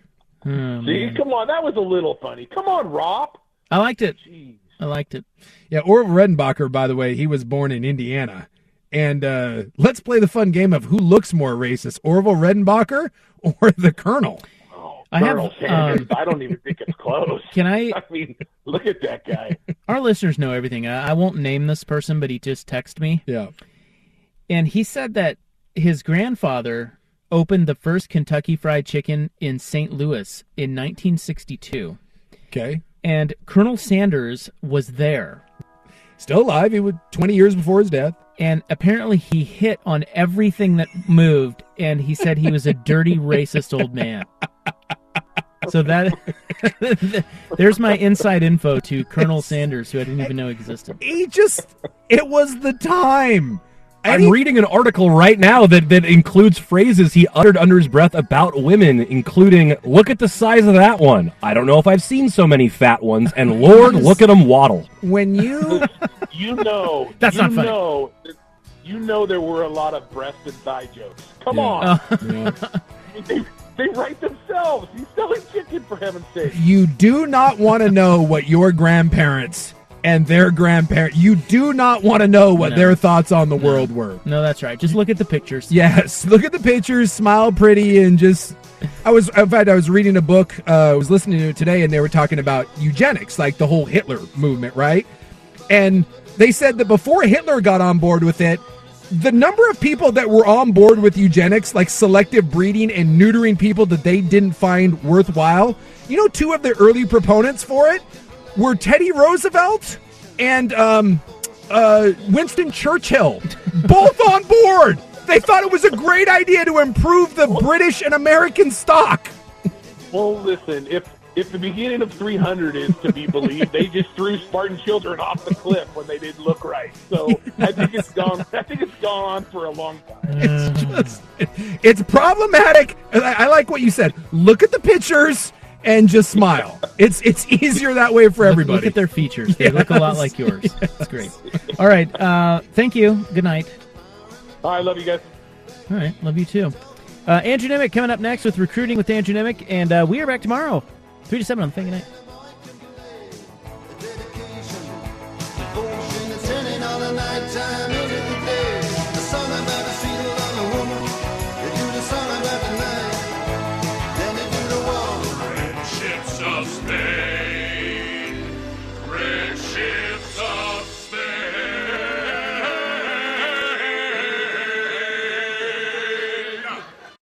[SPEAKER 15] Oh,
[SPEAKER 1] See,
[SPEAKER 15] man.
[SPEAKER 1] come on, that was a little funny. Come on, Rob.
[SPEAKER 15] I liked it. I liked it.
[SPEAKER 7] Yeah, Orville Redenbacher, by the way, he was born in Indiana. And uh, let's play the fun game of who looks more racist, Orville Redenbacher or [LAUGHS] the Colonel.
[SPEAKER 15] I have,
[SPEAKER 1] Oh, Colonel Sanders.
[SPEAKER 15] um,
[SPEAKER 1] I don't even think it's close.
[SPEAKER 15] [LAUGHS] Can I-
[SPEAKER 1] [LAUGHS] I mean, look at that guy.
[SPEAKER 15] Our listeners know everything. I, I won't name this person, but he just texted me.
[SPEAKER 7] Yeah.
[SPEAKER 15] And he said that his grandfather opened the first Kentucky Fried Chicken in St. Louis in 1962.
[SPEAKER 7] Okay.
[SPEAKER 15] And Colonel Sanders was there.
[SPEAKER 7] Still alive. He was 20 years before his death.
[SPEAKER 15] And apparently he hit on everything that moved. And he said he was a dirty, racist old man. So that there's my inside info to Colonel Sanders, who I didn't even know existed.
[SPEAKER 7] He just, it was the time.
[SPEAKER 5] I'm reading an article right now that, that includes phrases he uttered under his breath about women, including, look at the size of that one. I don't know if I've seen so many fat ones, and Lord, look at them waddle.
[SPEAKER 7] When you [LAUGHS]
[SPEAKER 15] [LAUGHS]
[SPEAKER 1] You know,
[SPEAKER 5] That's
[SPEAKER 1] you
[SPEAKER 5] not funny.
[SPEAKER 1] Know, you know, there were a lot of breast and thigh jokes. Come on,
[SPEAKER 15] [LAUGHS]
[SPEAKER 1] [LAUGHS] they, they write themselves. He's selling chicken for heaven's sake.
[SPEAKER 7] You do not want to know what your grandparents and their grandparents, you do not want to know what
[SPEAKER 15] No.
[SPEAKER 7] their thoughts on the world were.
[SPEAKER 15] No, that's right. Just look at the pictures.
[SPEAKER 7] Yes, [LAUGHS] look at the pictures, smile pretty, and just. I was, in fact, I was reading a book. Uh, I was listening to it today, and they were talking about eugenics, like the whole Hitler movement, right? And they said that before Hitler got on board with it, the number of people that were on board with eugenics, like selective breeding and neutering people that they didn't find worthwhile, you know, two of the early proponents for it were Teddy Roosevelt and um, uh, Winston Churchill, [LAUGHS] both on board. They thought it was a great idea to improve the British and American stock.
[SPEAKER 1] Well, listen, if if the beginning of 300 is to be believed, they just threw Spartan children off the cliff when they didn't look right. So I think it's gone. I think it's gone on for a long time.
[SPEAKER 15] Mm.
[SPEAKER 7] It's just, it's problematic. I, I like what you said. Look at the pictures and just smile. It's it's easier that way for everybody.
[SPEAKER 15] Look at their features. They look a lot
[SPEAKER 7] Yes.
[SPEAKER 15] like yours. It's great. All right. Uh, thank you. Good night.
[SPEAKER 1] I love you guys.
[SPEAKER 15] All right. Love you too. Uh, Andrew Nemec coming up next with recruiting with Andrew Nemec, and uh, we are back tomorrow, three to seven on Thing Night.
[SPEAKER 16] Turning on the nighttime into the day. The sun about the street along the woman. They do the sun about the night. Then they do the wall. Red ships of Spain. Red ships of